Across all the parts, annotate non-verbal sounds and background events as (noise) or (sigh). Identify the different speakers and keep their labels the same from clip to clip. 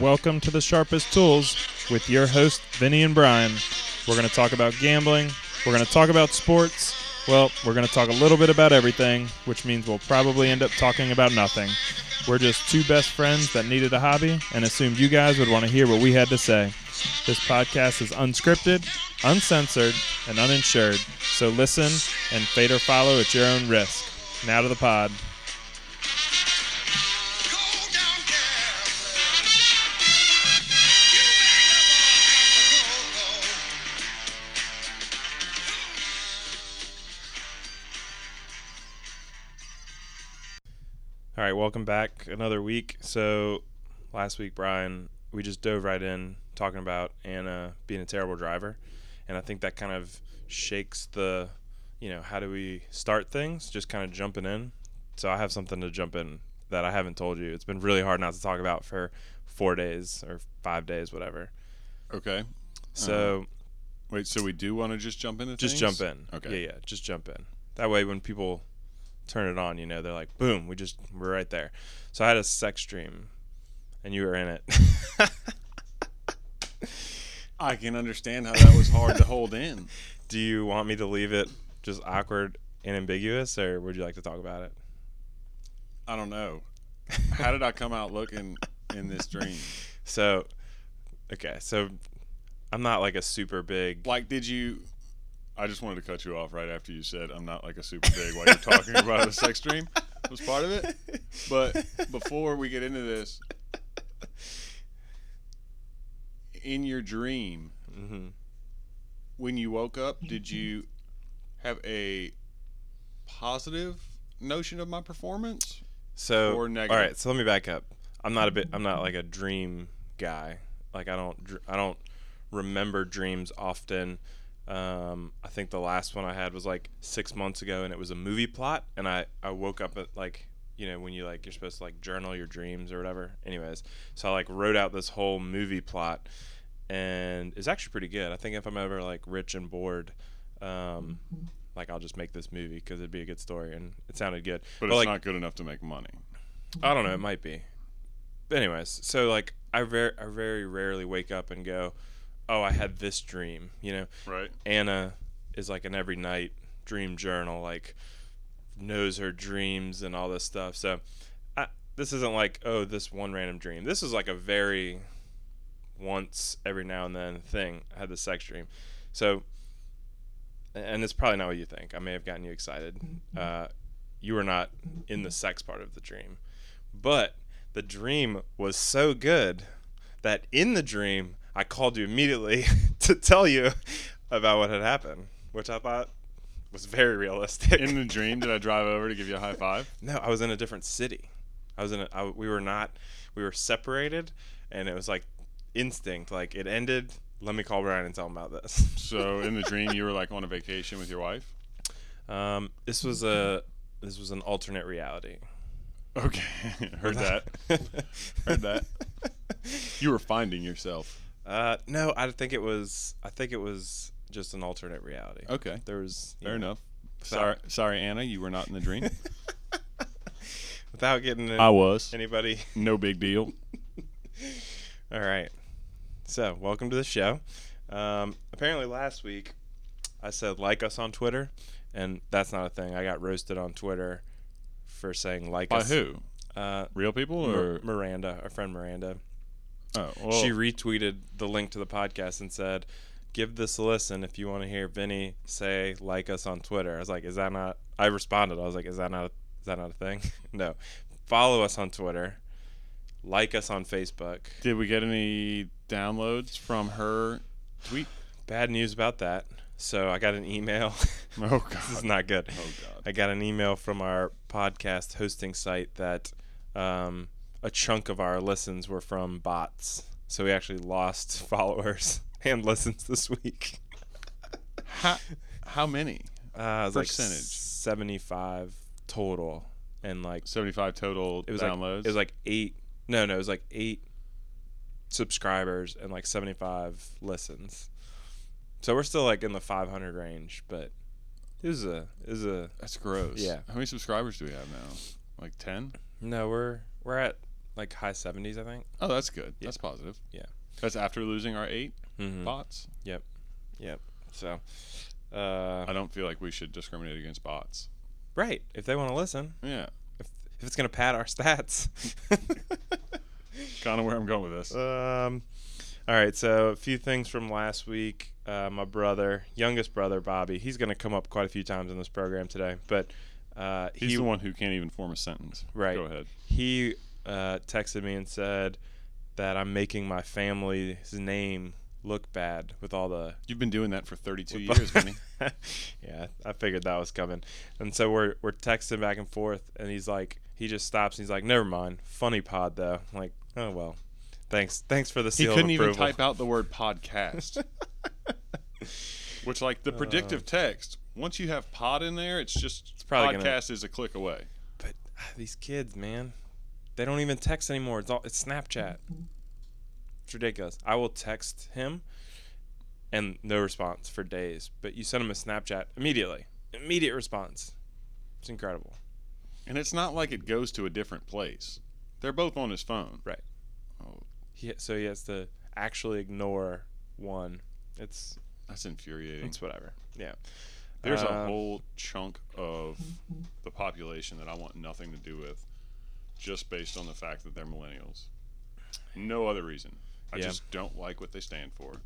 Speaker 1: Welcome to the Sharpest Tools with your host, Vinny and Brian. We're going to talk about gambling, we're going to talk about sports. Well, we're going to talk a little bit about everything, which means we'll probably end up talking about nothing. We're just two best friends that needed a hobby and assumed you guys would want to hear what we had to say. This podcast is unscripted, uncensored, and uninsured, so listen and fade or follow at your own risk. Now to the pod. All right, welcome back another week. So last week, Brian, we just dove right in talking about Anna being a terrible driver, and I think that kind of shakes the, you know, how do we start things? Just kind of jumping in. So I have something to jump in that I haven't told you. It's been really hard not to talk about for four days or five days, whatever.
Speaker 2: Okay.
Speaker 1: So
Speaker 2: Wait, so we do want to just jump into
Speaker 1: just
Speaker 2: things?
Speaker 1: jump in.
Speaker 2: Okay.
Speaker 1: Yeah, yeah. Just jump in. That way, when people turn it on, you know, they're like, boom, we just we're right there. So I had a sex dream, and you were in it. (laughs)
Speaker 2: I can understand how that was hard to hold in.
Speaker 1: Do you want me to leave it just awkward and ambiguous, or would you like to talk about it?
Speaker 2: I don't know. How did I come out looking in this dream?
Speaker 1: So, okay, so I'm not like a super big.
Speaker 2: Like, did you? I just wanted to cut you off right after you said I'm not like a super big while you're talking about a sex dream was part of it. But before we get into this, in your dream,
Speaker 1: Mhm.
Speaker 2: when you woke up, did you have a positive notion of my performance?
Speaker 1: So,
Speaker 2: Or negative.
Speaker 1: all right. So let me back up. I'm not a bit. I'm not like a dream guy. Like I don't. dr- I don't remember dreams often. Um, I think the last one I had was like six months ago, and it was a movie plot. And I I woke up at like you know when you like you're supposed to like journal your dreams or whatever. Anyways, so I like wrote out this whole movie plot, and it's actually pretty good. I think if I'm ever like rich and bored. Um, like I'll just make this movie because it'd be a good story, and it sounded good.
Speaker 2: But, it's
Speaker 1: like,
Speaker 2: not good enough to make money.
Speaker 1: I don't know. It might be. But anyways, so like I very I very rarely wake up and go, "Oh, I had this dream." You know,
Speaker 2: Right.
Speaker 1: Anna is like an every night dream journal, like knows her dreams and all this stuff. So I, this isn't like oh this one random dream. This is like a very once every now and then thing. I had the sex dream, so and it's probably not what you think. I may have gotten you excited. Uh, you were not in the sex part of the dream, but the dream was so good that in the dream I called you immediately (laughs) to tell you about what had happened, which I thought was very realistic.
Speaker 2: In the dream, did I drive over to give you a high five?
Speaker 1: No, I was in a different city. I was in a, I, we were not, we were separated, and it was like instinct. Like it ended. Let me call Brian and tell him about
Speaker 2: (laughs)
Speaker 1: this.
Speaker 2: So in the dream, you were like on a vacation with your wife.
Speaker 1: (laughs) Um, this was a, this was an alternate reality.
Speaker 2: Okay, (laughs) heard
Speaker 1: (laughs)
Speaker 2: that. Heard that. You were finding yourself.
Speaker 1: Uh, no, I think it was, I think it was just an alternate reality.
Speaker 2: Okay,
Speaker 1: There was you
Speaker 2: fair
Speaker 1: know,
Speaker 2: enough.
Speaker 1: So-
Speaker 2: Sorry, sorry, Anna, you were not in the dream.
Speaker 1: (laughs) Without getting in-
Speaker 2: I was.
Speaker 1: anybody.
Speaker 2: No big
Speaker 1: (laughs)
Speaker 2: deal.
Speaker 1: All right. So, welcome to the show. Um, apparently, last week I said like us on Twitter, and that's not a thing. I got roasted on Twitter for saying like
Speaker 2: By
Speaker 1: us.
Speaker 2: who?
Speaker 1: Uh,
Speaker 2: Real people
Speaker 1: Mir-
Speaker 2: or?
Speaker 1: Miranda, our friend Miranda.
Speaker 2: Oh, well,
Speaker 1: She retweeted the link to the podcast and said, Give this a listen if you want to hear Vinny say like us on Twitter. I was like, Is that not? I responded. I was like, Is that not? Is that not a thing? (laughs) no. Follow us on Twitter. Like us on Facebook.
Speaker 2: did we get any downloads from her
Speaker 1: (laughs)
Speaker 2: tweet?
Speaker 1: Bad news about that. So I got an email. (laughs)
Speaker 2: Oh
Speaker 1: this is
Speaker 2: God.
Speaker 1: not good.
Speaker 2: Oh God.
Speaker 1: I got an email from our podcast hosting site that um, a chunk of our listens were from bots. So we actually lost (laughs) followers and listens this week.
Speaker 2: How, how many?
Speaker 1: Uh, it was
Speaker 2: Percentage.
Speaker 1: like seventy-five total, and like
Speaker 2: Seventy-five total
Speaker 1: it was
Speaker 2: downloads.
Speaker 1: like it was like eight. No, no, it was like eight subscribers and like seventy-five listens. So we're still like in the five hundred range, but it was a it was a
Speaker 2: That's gross.
Speaker 1: Yeah.
Speaker 2: How many subscribers do we have now? Like ten?
Speaker 1: No, we're we're at like high 70s, I think.
Speaker 2: Oh, that's good.
Speaker 1: Yeah.
Speaker 2: That's positive.
Speaker 1: Yeah.
Speaker 2: That's after losing our 8
Speaker 1: Mm-hmm.
Speaker 2: bots.
Speaker 1: Yep. So, uh,
Speaker 2: I don't feel like we should discriminate against bots.
Speaker 1: right. If they want to listen,
Speaker 2: Yeah.
Speaker 1: if, if it's going to pad our (laughs) stats.
Speaker 2: Kind of where I'm going with this.
Speaker 1: um, all right. So, a few things from last week. Uh, my brother, youngest brother, Bobby, he's going to come up quite a few times in this program today, but uh,
Speaker 2: He's
Speaker 1: he
Speaker 2: the one who can't even form a sentence.
Speaker 1: Right.
Speaker 2: Go ahead.
Speaker 1: he uh, texted me and said that I'm making my family's name look bad with all the
Speaker 2: You've been doing that for 32
Speaker 1: With- (laughs)
Speaker 2: years, Vinny.
Speaker 1: yeah, I figured that was coming. And so we're we're texting back and forth, and he's like, he just stops. And he's like, never mind. Funny pod though. I'm like, oh well, thanks, thanks for the
Speaker 2: He
Speaker 1: seal
Speaker 2: couldn't
Speaker 1: of
Speaker 2: even
Speaker 1: approval.
Speaker 2: type out the word podcast.
Speaker 1: (laughs)
Speaker 2: Which, like
Speaker 1: Uh.
Speaker 2: the predictive text, once you have pod in there, it's just
Speaker 1: probably gonna-
Speaker 2: podcast is a click away.
Speaker 1: but ah, these kids, man, they don't even text anymore. It's all it's Snapchat. It's ridiculous. I will text him, and no response for days. But you send him a Snapchat immediately, immediate response. It's incredible.
Speaker 2: And it's not like it goes to a different place. They're both on his phone.
Speaker 1: He, so he has to actually ignore one. It's
Speaker 2: That's infuriating.
Speaker 1: it's whatever. Yeah.
Speaker 2: There's a
Speaker 1: Um,
Speaker 2: whole chunk of the population that I want nothing to do with just based on the fact that they're millennials. No other reason. I
Speaker 1: Yeah.
Speaker 2: just don't like what they stand
Speaker 1: (laughs)
Speaker 2: for.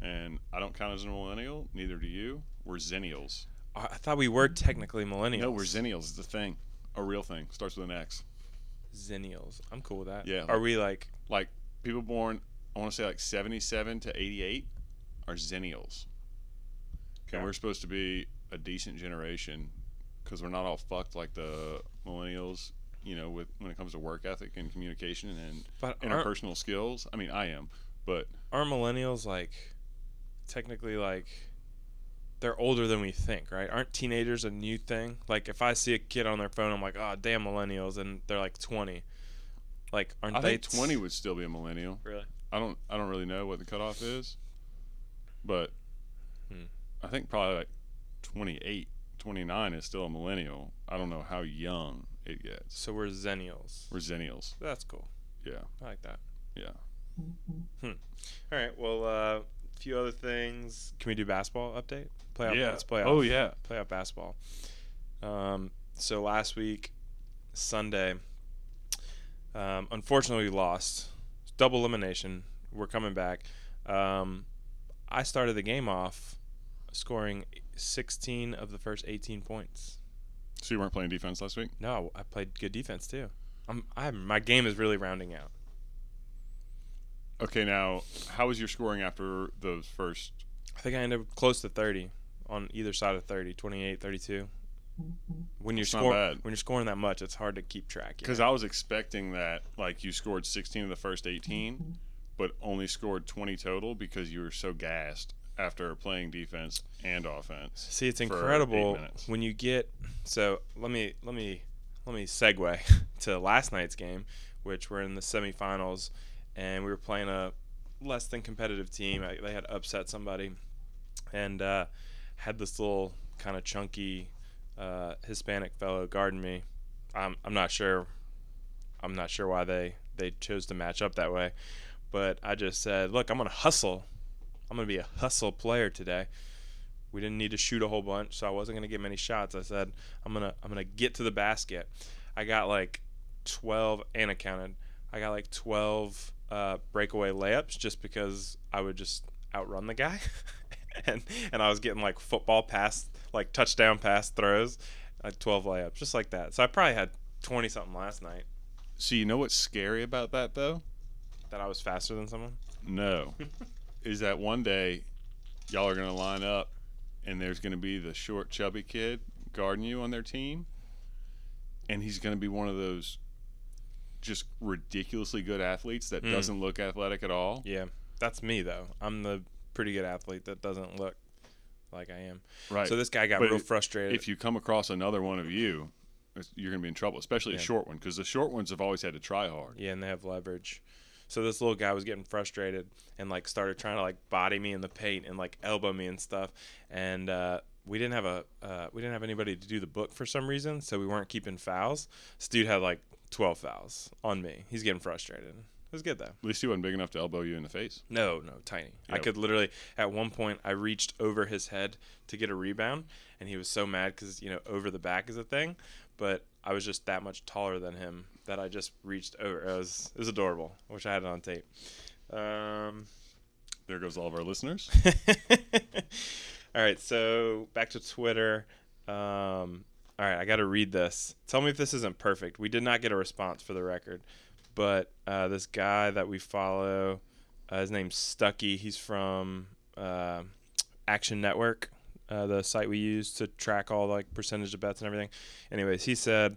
Speaker 2: and I don't count as a millennial, neither do you. We're zennials.
Speaker 1: I I thought we were technically millennials.
Speaker 2: No, we're zennials. It's a thing. A real thing. Starts with an X.
Speaker 1: zennials. I'm cool with that.
Speaker 2: Yeah,
Speaker 1: Are
Speaker 2: like-
Speaker 1: we like
Speaker 2: Like people born, I want to say like 77 to 88 are zennials. And
Speaker 1: Okay.
Speaker 2: we're supposed to be a decent generation because we're not all fucked like the millennials, you know, with when it comes to work ethic and communication and
Speaker 1: but aren't,
Speaker 2: interpersonal skills. I mean, I am, but
Speaker 1: aren't millennials like technically like they're older than we think, right? Aren't teenagers a new thing? Like if I see a kid on their phone, I'm like, oh damn millennials and they're like twenty. Like aren't
Speaker 2: I
Speaker 1: they
Speaker 2: think 20 would still be a millennial.
Speaker 1: Really?
Speaker 2: I don't I don't really know what the cutoff is, but
Speaker 1: Hmm.
Speaker 2: I think probably like 28, 29 is still a millennial. I don't know how young it gets.
Speaker 1: So we're zennials.
Speaker 2: We're zennials.
Speaker 1: That's cool.
Speaker 2: Yeah.
Speaker 1: I like that. Hmm.
Speaker 2: Yeah.
Speaker 1: All right. Well, uh, a few other things. Can we do basketball update? Playoff.
Speaker 2: yeah.
Speaker 1: Let's play.
Speaker 2: Oh yeah.
Speaker 1: playoff basketball. Um, so last week, Sunday, um, unfortunately, we lost. Double elimination. We're coming back. Um, I started the game off scoring 16 of the first 18 points.
Speaker 2: So you weren't playing defense last week?
Speaker 1: No, I played good defense too. I'm, I'm, my game is really rounding out.
Speaker 2: Okay, now how was your scoring after those first?
Speaker 1: I think I ended up close to 30 on either side of 30, 28, 32. When
Speaker 2: Mm-hmm.
Speaker 1: you're
Speaker 2: That's not
Speaker 1: scoring,
Speaker 2: bad.
Speaker 1: when you're scoring that much, it's hard to keep track. you know?
Speaker 2: Because I was expecting that like you scored 16 of the first 18, but only scored 20 total because you were so gassed after playing defense and offense.
Speaker 1: See, it's
Speaker 2: for eight
Speaker 1: incredible
Speaker 2: minutes.
Speaker 1: when you get. So let me let me let me segue (laughs) to last night's game, which we're in the semifinals, and we were playing a less than competitive team. I, they had upset somebody, and uh, had this little kind of chunky uh, Hispanic fellow guarding me. I'm I'm not sure. I'm not sure why they they chose to match up that way, but I just said, look, I'm gonna hustle. I'm gonna be a hustle player today. We didn't need to shoot a whole bunch, so I wasn't gonna get many shots. I said I'm gonna I'm gonna get to the basket. I got like 12 and I counted. I got like 12 uh, breakaway layups just because I would just outrun the guy, (laughs) and and I was getting like football pass like touchdown pass throws, like 12 layups just like that. So I probably had 20 something last night
Speaker 2: So you know what's scary about that though?
Speaker 1: that I was faster than someone.
Speaker 2: No, is that one day y'all are gonna line up and there's gonna be the short chubby kid guarding you on their team, and he's gonna be one of those just ridiculously good athletes that
Speaker 1: Mm.
Speaker 2: doesn't look athletic at all.
Speaker 1: Yeah, that's me though. I'm the pretty good athlete that doesn't look like I am.
Speaker 2: Right.
Speaker 1: So this guy got
Speaker 2: But
Speaker 1: real
Speaker 2: if-
Speaker 1: frustrated.
Speaker 2: if you come across another one of you, it's- you're going to be in trouble, especially
Speaker 1: Yeah.
Speaker 2: a short one, because the short ones have always had to try hard.
Speaker 1: Yeah, and they have leverage. So this little guy was getting frustrated and like started trying to like body me in the paint and like elbow me and stuff. And uh, we didn't have a uh, we didn't have anybody to do the book for some reason, so we weren't keeping fouls. This dude had like 12 fouls on me. He's getting frustrated. It was good though.
Speaker 2: At least he wasn't big enough to elbow you in the face.
Speaker 1: No, no, tiny. I
Speaker 2: Yep.
Speaker 1: could literally at one point I reached over his head to get a rebound, and he was so mad because you know over the back is a thing, but I was just that much taller than him that I just reached over. It was it was adorable. I wish I had it on tape. Um,
Speaker 2: There goes all of our listeners.
Speaker 1: (laughs) all right, so back to Twitter. Um, all right, I got to read this. Tell me if this isn't perfect. We did not get a response for the record, but uh, this guy that we follow, uh, his name's Stucky. He's from uh, Action Network, uh, the site we use to track all like percentage of bets and everything. Anyways, he said.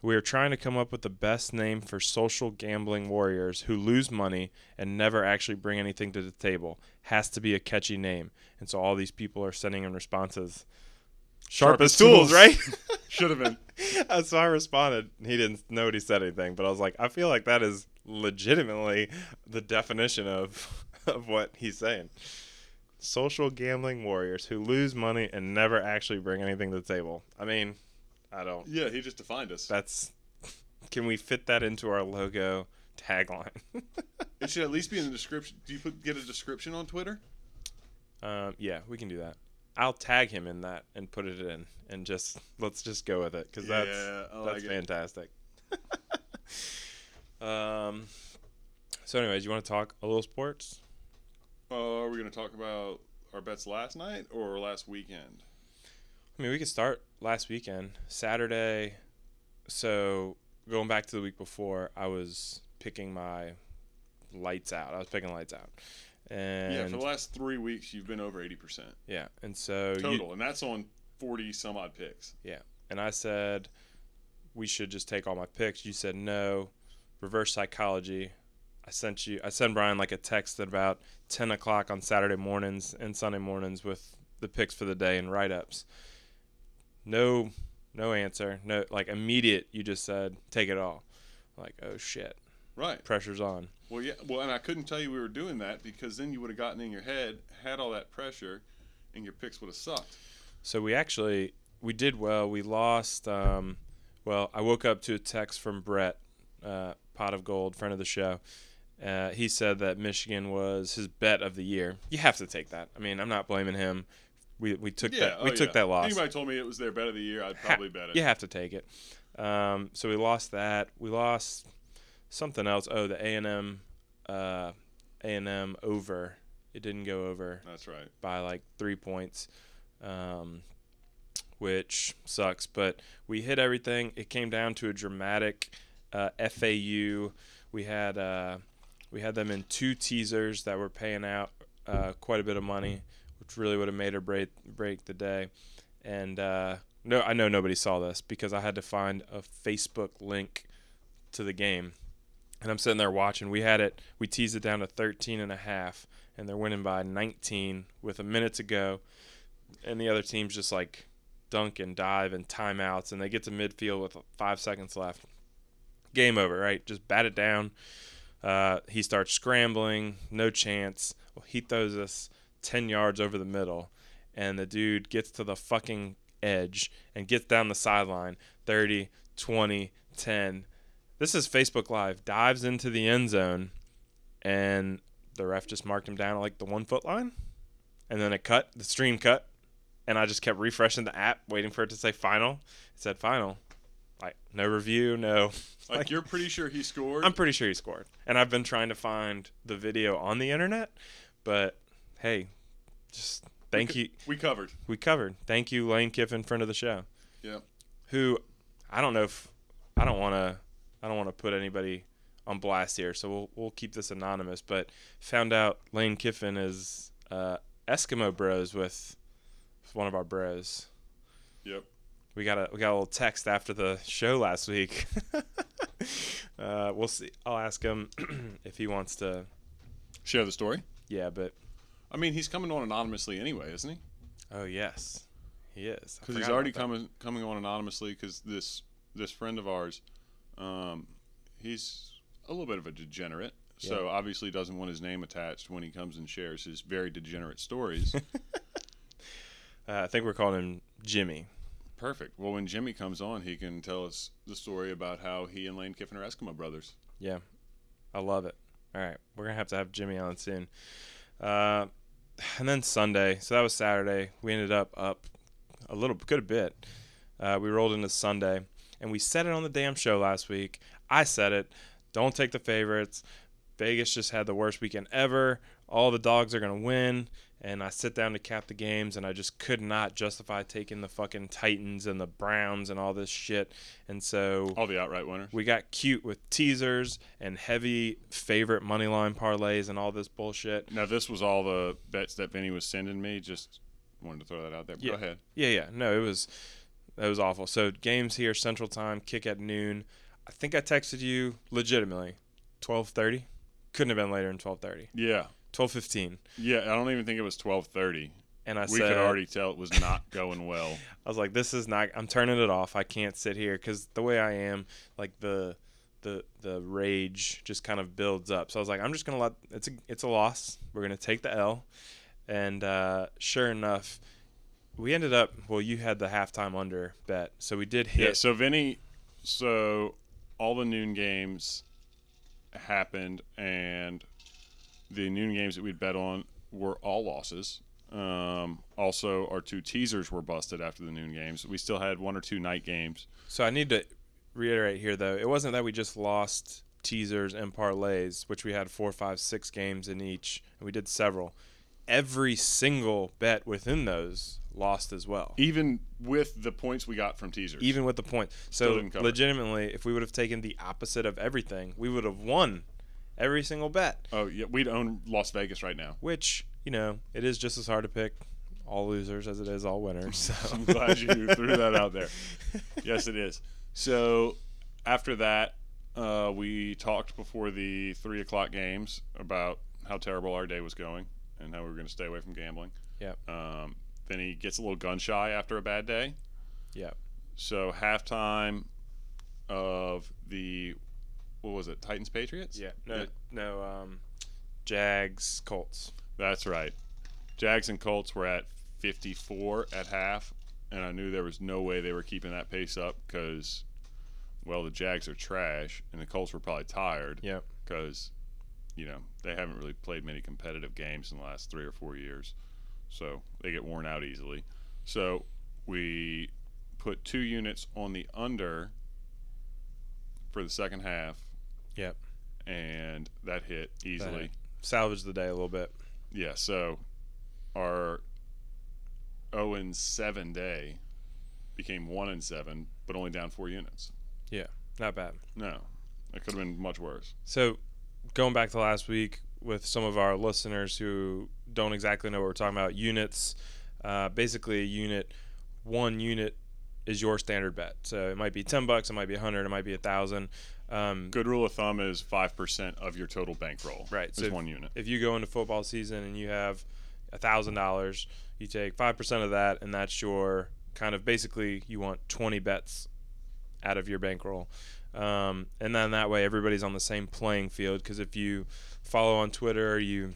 Speaker 1: We are trying to come up with the best name for social gambling warriors who lose money and never actually bring anything to the table. Has to be a catchy name. And so all these people are sending in responses. Sharp, as tools, right?
Speaker 2: Should have
Speaker 1: (laughs)
Speaker 2: been.
Speaker 1: Uh, so I responded. He didn't nobody said anything, but I was like, I feel like that is legitimately the definition of (laughs) of what he's saying. Social gambling warriors who lose money and never actually bring anything to the table. I mean, I
Speaker 2: (laughs)
Speaker 1: don't
Speaker 2: Yeah, he just defined us.
Speaker 1: that's (laughs) can we fit that into our logo tagline? (laughs)
Speaker 2: It should at least be in the description. Do you put, get a description on Twitter?
Speaker 1: um, yeah, we can do that. I'll tag him in that and put it in, and just let's just go with it because that's
Speaker 2: yeah, I like
Speaker 1: that's
Speaker 2: it.
Speaker 1: fantastic. (laughs) um, so, anyways, you want to talk a little sports?
Speaker 2: Uh, are we going to talk about our bets last night or last weekend?
Speaker 1: I mean, we could start last weekend, Saturday. So going back to the week before, I was picking my lights out. I was picking lights out, and
Speaker 2: yeah, for the last three weeks, you've been over 80%
Speaker 1: Yeah, and so you-
Speaker 2: total, and that's on 40 some odd picks.
Speaker 1: and I said we should just take all my picks. You said no. Reverse psychology. I sent you. I sent Brian like a text at about ten o'clock on Saturday mornings and Sunday mornings with the picks for the day and write ups. No, no answer. No, like immediate. You just said take it all. Like oh shit,
Speaker 2: Right.
Speaker 1: pressure's on.
Speaker 2: Well, yeah. Well, and I couldn't tell you we were doing that because then you would have gotten in your head, had all that pressure, and your picks would have sucked.
Speaker 1: So we actually we did well. We lost. Um, well, I woke up to a text from Brett, uh, Pot of Gold, friend of the show. Uh, he said that Michigan was his bet of the year. You have to take that. I mean, I'm not blaming him. We, we took that we
Speaker 2: oh,
Speaker 1: took
Speaker 2: yeah.
Speaker 1: that loss.
Speaker 2: Anybody told me it was their bet of the year, I'd
Speaker 1: Ha-
Speaker 2: probably bet it.
Speaker 1: You have to take it. Um, so we lost that. We lost something else. Oh, the A and M, uh, A and M over. It didn't go over
Speaker 2: That's right.
Speaker 1: by like three points, um, which sucks. But we hit everything. It came down to a dramatic uh, FAU. We had uh, we had them in two teasers that were paying out uh, quite a bit of money, which really would have made or break break the day. And uh, no, I know nobody saw this because I had to find a Facebook link to the game. And I'm sitting there watching. We had it, we teased it down to 13 and a half, and they're winning by 19 with a minute to go. And the other team's just like dunk and dive and timeouts, and they get to midfield with five seconds left. Game over, right? Just bat it down. Uh, he starts scrambling, no chance. He throws us 10 yards over the middle, and the dude gets to the fucking edge and gets down the sideline 30, 20, 10. This is Facebook Live. Dives into the end zone, and the ref just marked him down at like the one foot line. And then it cut, the stream cut, and I just kept refreshing the app, waiting for it to say final. It said final. Like, no review, no.
Speaker 2: Like, you're pretty sure he scored.
Speaker 1: I'm pretty sure he scored. And I've been trying to find the video on the internet, but hey, just thank you.
Speaker 2: we covered.
Speaker 1: We covered. Thank you, Lane Kiffin, friend of the show.
Speaker 2: Yeah.
Speaker 1: Who I don't know if I don't want to I don't want to put anybody on blast here, so we'll we'll keep this anonymous. But found out Lane Kiffin is uh, Eskimo Bros with one of our bros.
Speaker 2: Yep.
Speaker 1: We got a we got a little text after the show last week. (laughs) uh, we'll see. I'll ask him (clears throat) if he wants to.
Speaker 2: Share the story.
Speaker 1: Yeah, but
Speaker 2: I mean, he's coming on anonymously anyway, isn't he?
Speaker 1: oh yes, he is. I
Speaker 2: Because he's
Speaker 1: forgot
Speaker 2: already
Speaker 1: about that.
Speaker 2: coming coming on anonymously. Because this this friend of ours, um, he's a little bit of a degenerate. So obviously doesn't want his name attached when he comes and shares his
Speaker 1: (laughs)
Speaker 2: very degenerate stories.
Speaker 1: Uh, I think we're calling him Jimmy.
Speaker 2: perfect. Well, when Jimmy comes on, he can tell us the story about how he and Lane Kiffin are Eskimo brothers.
Speaker 1: Yeah, I love it. All right, we're gonna have to have Jimmy on soon. Uh, and then Sunday, so that was Saturday. We ended up up a little, good bit. Uh, we rolled into Sunday, and we said it on the damn show last week. I said it. Don't take the favorites. Vegas just had the worst weekend ever. All the dogs are gonna win. And I sit down to cap the games, and I just could not justify taking the fucking Titans and the Browns and all this shit. And so
Speaker 2: All the outright winners.
Speaker 1: we got cute with teasers and heavy favorite money line parlays and all this bullshit.
Speaker 2: Now, this was all the bets that Vinny was sending me. Just wanted to throw that out there.
Speaker 1: Yeah.
Speaker 2: Go ahead.
Speaker 1: Yeah, yeah. No, it was it was awful. So games here central time, kick at noon. I think I texted you legitimately 12:30. Couldn't have been later than 12:30.
Speaker 2: Yeah.
Speaker 1: 12:15.
Speaker 2: Yeah, I don't even think it was 1230.
Speaker 1: And I
Speaker 2: we
Speaker 1: said
Speaker 2: could already tell it was not going well.
Speaker 1: I was like this is not I'm turning it off. I can't sit here cuz the way I am like the the the rage just kind of builds up. So I was like I'm just going to let it's a it's a loss. We're going to take the L. And uh, sure enough, we ended up well you had the halftime under bet. So we did hit
Speaker 2: Yeah, so Vinny, so all the noon games happened, and the noon games that we'd bet on were all losses. Um, also, our two teasers were busted after the noon games. We still had one or two night games.
Speaker 1: So I need to reiterate here, though, it wasn't that we just lost teasers and parlays, which we had four, five, six games in each, and we did several. Every single bet within those lost as well,
Speaker 2: Even with the points we got from teasers.
Speaker 1: even with the points.
Speaker 2: Still
Speaker 1: So
Speaker 2: didn't cover.
Speaker 1: legitimately, if we would have taken the opposite of everything, we would have won every single bet.
Speaker 2: oh yeah, we'd own Las Vegas right now.
Speaker 1: Which you know, it is just as hard to pick all losers as it is all winners. So
Speaker 2: (laughs) I'm glad
Speaker 1: (laughs)
Speaker 2: you threw that out there. Yes, it is. So after that, uh, we talked before the three o'clock games about how terrible our day was going and how we were going to stay away from gambling.
Speaker 1: Yep.
Speaker 2: Um, then he gets a little gun shy after a bad day.
Speaker 1: Yep.
Speaker 2: So halftime of the what was it? Titans Patriots.
Speaker 1: yeah, no, no, um, Jags, Colts.
Speaker 2: That's right. Jags and Colts were at 54 at half, and I knew there was no way they were keeping that pace up because, well, the Jags are trash, and the Colts were probably tired.
Speaker 1: Yep.
Speaker 2: Because, you know, they haven't really played many competitive games in the last three or four years, so they get worn out easily. So we put two units on the under for the second half.
Speaker 1: Yep.
Speaker 2: And that hit easily.
Speaker 1: Salvage the day a little bit.
Speaker 2: Yeah, so our 0 and 7 day became 1 and 7, but only down four units.
Speaker 1: Not bad.
Speaker 2: No, it could have been much worse.
Speaker 1: So, going back to last week with some of our listeners who don't exactly know what we're talking about, units. Uh, basically, a unit, one unit is your standard bet. So it might be ten bucks, it might be a hundred, it might be a thousand. Um,
Speaker 2: Good rule of thumb is 5% of your total bankroll.
Speaker 1: Right,
Speaker 2: Is
Speaker 1: so if-
Speaker 2: one unit.
Speaker 1: if you go into football season and you have a thousand dollars, you take five percent of that, and that's your kind of basically you want twenty bets out of your bankroll, um, and then that way everybody's on the same playing field. Because if you follow on Twitter, you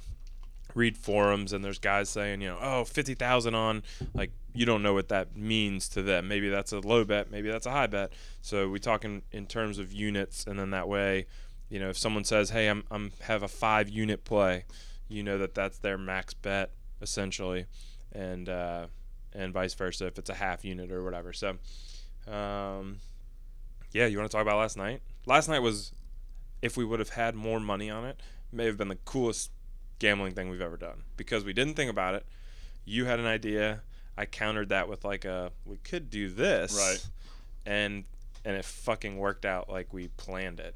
Speaker 1: read forums, and there's guys saying you know oh fifty thousand on like you don't know what that means to them. Maybe that's a low bet, maybe that's a high bet. So we talk in, in terms of units, and then that way. You know, if someone says, "Hey, I'm I'm have a five unit play," you know that that's their max bet essentially, and uh, and vice versa if it's a half unit or whatever. So, um, yeah, you want to talk about last night? Last night was, if we would have had more money on it, may have been the coolest gambling thing we've ever done because we didn't think about it. You had an idea. I countered that with like a we could do this,
Speaker 2: Right.
Speaker 1: And and it fucking worked out like we planned it.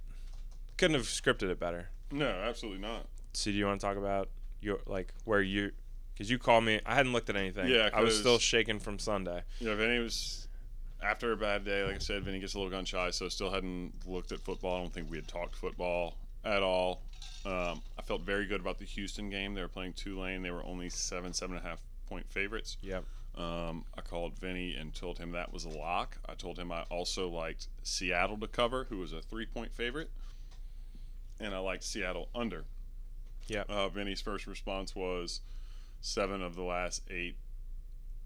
Speaker 1: Couldn't have scripted it better.
Speaker 2: No, absolutely not.
Speaker 1: So do you want to talk about your like where you because you called me I hadn't looked at anything.
Speaker 2: Yeah,
Speaker 1: I was
Speaker 2: 'cause-
Speaker 1: still shaken from Sunday.
Speaker 2: You know, Vinny was after a bad day, like I said, Vinny gets a little gun shy, so still hadn't looked at football. I don't think we had talked football at all. Um, I felt very good about the Houston game. They were playing Tulane. They were only seven, seven and a half point favorites.
Speaker 1: Yep.
Speaker 2: Um, I called Vinny and told him that was a lock. I told him I also liked Seattle to cover, who was a three point favorite, and I liked Seattle under.
Speaker 1: Yep.
Speaker 2: Uh, Vinny's first response was seven of the last eight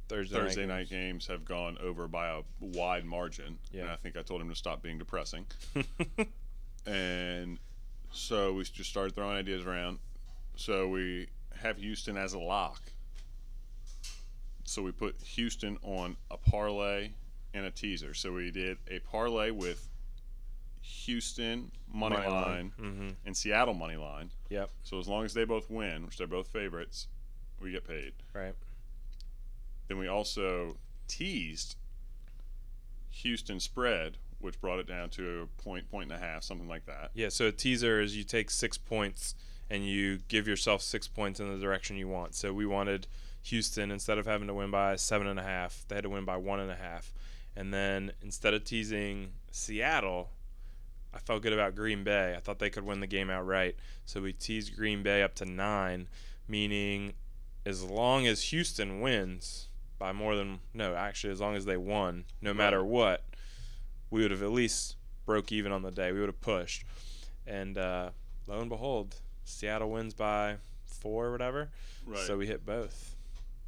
Speaker 1: Thursday,
Speaker 2: Thursday
Speaker 1: night.
Speaker 2: night games have gone over by a wide margin. And
Speaker 1: Yeah.
Speaker 2: I think I told him to stop being (laughs) depressing.
Speaker 1: night.
Speaker 2: And so we just started throwing ideas around. So we have Houston as a lock. So we put Houston on a parlay and a teaser. So we did a parlay with Houston money, line,
Speaker 1: Mm-hmm.
Speaker 2: and Seattle money line.
Speaker 1: Yep.
Speaker 2: So as long as they both win, which they're both favorites, we get paid.
Speaker 1: Right.
Speaker 2: Then we also teased Houston spread, which brought it down to a point, point and a half, something like that.
Speaker 1: Yeah. So a teaser is you take six points and you give yourself six points in the direction you want. So we wanted Houston instead of having to win by seven and a half, they had to win by one and a half. And then instead of teasing Seattle, I felt good about Green Bay. I thought they could win the game outright. So we teased Green Bay up to nine, meaning as long as Houston wins by more than no, actually as long as they won, no matter what, we would have at least broke even on the day. We would have pushed. And uh, lo and behold, Seattle wins by four or whatever. So
Speaker 2: So,
Speaker 1: we hit both.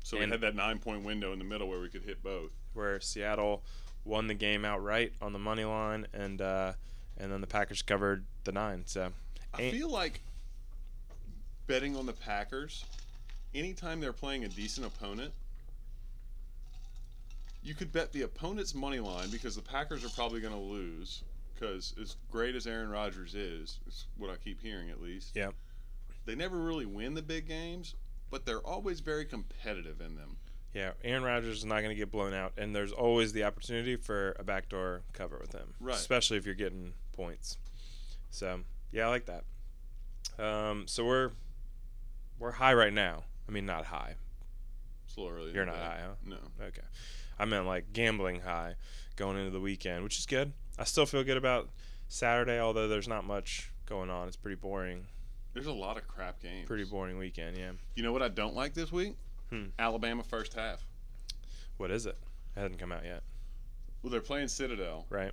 Speaker 2: so we
Speaker 1: and-
Speaker 2: had that nine point window in the middle where we could hit both.
Speaker 1: Where Seattle won the game outright on the money line and uh, and then the Packers covered the nine. So
Speaker 2: I
Speaker 1: And-
Speaker 2: feel like betting on the Packers, anytime they're playing a decent opponent, you could bet the opponent's money line because the Packers are probably going to lose. Because as great as Aaron Rodgers is, is what I keep hearing at least.
Speaker 1: Yeah.
Speaker 2: They never really win the big games, but they're always very competitive in them.
Speaker 1: yeah, Aaron Rodgers is not going to get blown out and there's always the opportunity for a backdoor cover with him.
Speaker 2: Right.
Speaker 1: Especially if you're getting points. So, yeah, I like that. Um, so we're we're high right now. I mean not high.
Speaker 2: It's a little early in
Speaker 1: You're
Speaker 2: the
Speaker 1: not
Speaker 2: day.
Speaker 1: high, huh?
Speaker 2: No.
Speaker 1: Okay. I meant like gambling high going into the weekend, which is good. I still feel good about Saturday, although there's not much going on. It's pretty boring.
Speaker 2: There's a lot of crap games.
Speaker 1: Pretty boring weekend, yeah.
Speaker 2: You know what I don't like this week?
Speaker 1: Hmm.
Speaker 2: Alabama first half.
Speaker 1: What is it? It hasn't come out yet.
Speaker 2: Well, they're playing Citadel.
Speaker 1: Right.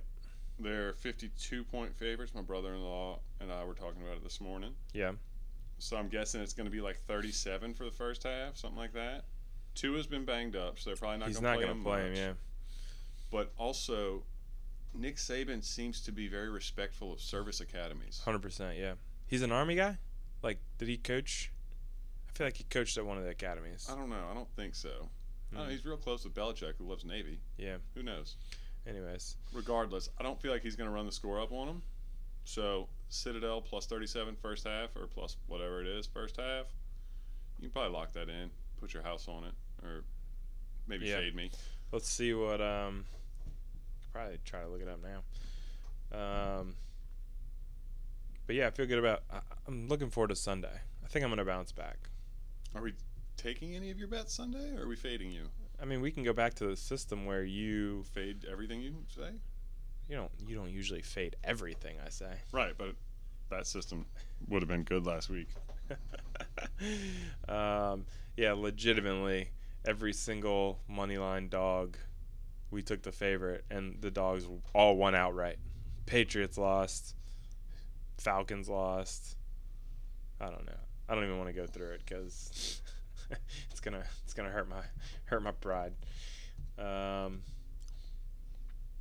Speaker 2: They're 52 point favorites. My brother in law and I were talking about it this morning.
Speaker 1: Yeah.
Speaker 2: So I'm guessing it's going to be like 37 for the first half, something like that. Two has been banged up, so they're probably not
Speaker 1: He's
Speaker 2: going to play
Speaker 1: not going
Speaker 2: him.
Speaker 1: to play
Speaker 2: much.
Speaker 1: him,
Speaker 2: But also, Nick Saban seems to be very respectful of service academies.
Speaker 1: yeah. 100%, yeah. He's an Army guy? Like, did he coach? I feel like he coached at one of the academies.
Speaker 2: I don't know. I don't think so. I don't know,
Speaker 1: Hmm.
Speaker 2: he's real close with Belichick, who loves Navy.
Speaker 1: Yeah.
Speaker 2: Who knows?
Speaker 1: Anyways,
Speaker 2: Regardless, I don't feel like he's going to run the score up on him. So Citadel plus 37 first half, or plus whatever it is first half. You can probably lock that in. Put your house on it, or maybe
Speaker 1: Yeah.
Speaker 2: fade me.
Speaker 1: let's see what. um Probably try to look it up now. Um, but yeah, I feel good about. I, I'm looking forward to Sunday. I think I'm going to bounce back.
Speaker 2: Are we taking any of your bets Sunday, or are we fading you?
Speaker 1: I mean, we can go back to the system where you
Speaker 2: Fade everything you say.
Speaker 1: you don't you don't usually fade everything. I say.
Speaker 2: Right, but that system would have been good last week.
Speaker 1: (laughs) um, yeah, legitimately, every single money line dog, we took the favorite, and the dogs all won outright. Patriots lost, Falcons lost. I don't know. I don't even want to go through it because (laughs) it's gonna it's gonna hurt my hurt my pride. Um,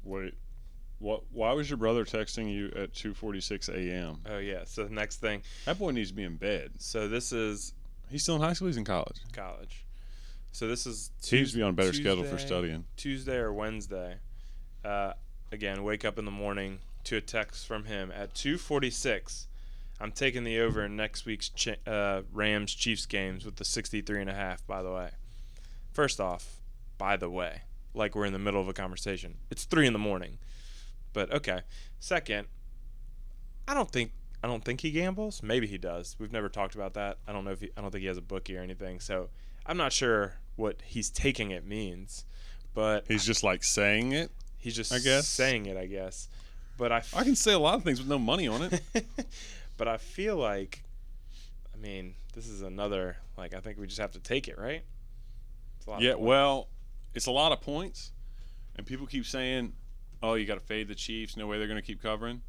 Speaker 2: Wait, what? Why was your brother texting you at 2:46 a.m.?
Speaker 1: oh yeah. So the next thing.
Speaker 2: That boy needs to be in bed.
Speaker 1: So this is
Speaker 2: He's still in high school. He's in college.
Speaker 1: college. So this is
Speaker 2: He needs to be on a better
Speaker 1: Tuesday,
Speaker 2: schedule for studying.
Speaker 1: Tuesday or Wednesday. Uh, again, wake up in the morning to a text from him at 2:46. I'm taking the over in next week's chi- uh, Rams Chiefs games with the 63 and a half. By the way, first off, by the way, like we're in the middle of a conversation. It's three in the morning, but okay. Second, I don't think I don't think he gambles. Maybe he does. We've never talked about that. I don't know if he, I don't think he has a bookie or anything. So I'm not sure what he's taking it means, but
Speaker 2: He's just like saying it.
Speaker 1: he's just
Speaker 2: I guess.
Speaker 1: saying it. I guess, but I f-
Speaker 2: I can say a lot of things with no money on it.
Speaker 1: (laughs) but I feel like, I mean, this is another like I think we just have to take it, right? It's a lot of
Speaker 2: yeah,
Speaker 1: points.
Speaker 2: well, it's a lot of points, and people keep saying, "Oh, you got to fade the Chiefs. No way they're going to keep covering."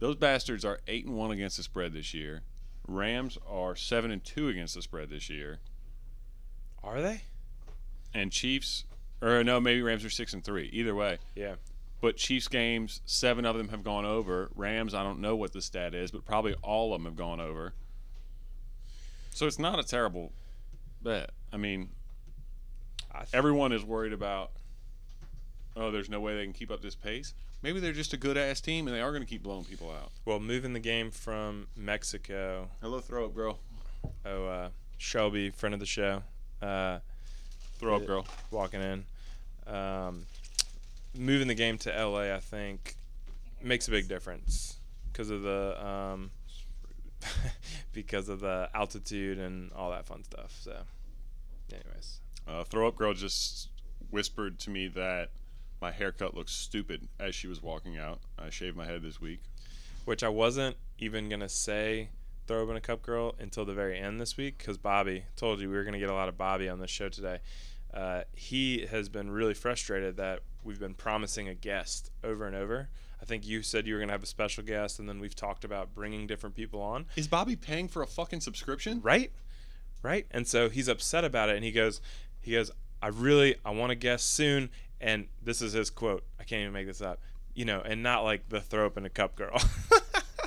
Speaker 2: Those bastards are eight and one against the spread this year. Rams are seven and two against the spread this year.
Speaker 1: are they?
Speaker 2: and Chiefs, or no, maybe Rams are six and three. Either way,
Speaker 1: Yeah.
Speaker 2: but Chiefs games, seven of them have gone over. Rams, I don't know what the stat is, but probably all of them have gone over. So it's not a terrible bet. I mean,
Speaker 1: I th-
Speaker 2: everyone is worried about, oh, there's no way they can keep up this pace. Maybe they're just a good ass team and they are going to keep blowing people out.
Speaker 1: well, moving the game from Mexico,
Speaker 2: Hello, throw up girl.
Speaker 1: oh, uh, Shelby, friend of the show, uh,
Speaker 2: Throw up
Speaker 1: Yeah.
Speaker 2: girl.
Speaker 1: walking in. Um, moving the game to LA, I think, makes a big difference because of the um, (laughs) because of the altitude and all that fun stuff. So, anyways,
Speaker 2: Uh, throw up girl just whispered to me that my haircut looks stupid as she was walking out. I shaved my head this week.
Speaker 1: which I wasn't even gonna say throw open a cup girl until the very end this week because Bobby told you we were gonna get a lot of Bobby on this show today. Uh, he has been really frustrated that we've been promising a guest over and over. I think you said you were gonna have a special guest, and then we've talked about bringing different people on.
Speaker 2: Is Bobby paying for a fucking subscription?
Speaker 1: right right and so he's upset about it and he goes he goes i really i want to guess soon and this is his quote i can't even make this up you know and not like the throw up in a cup girl (laughs)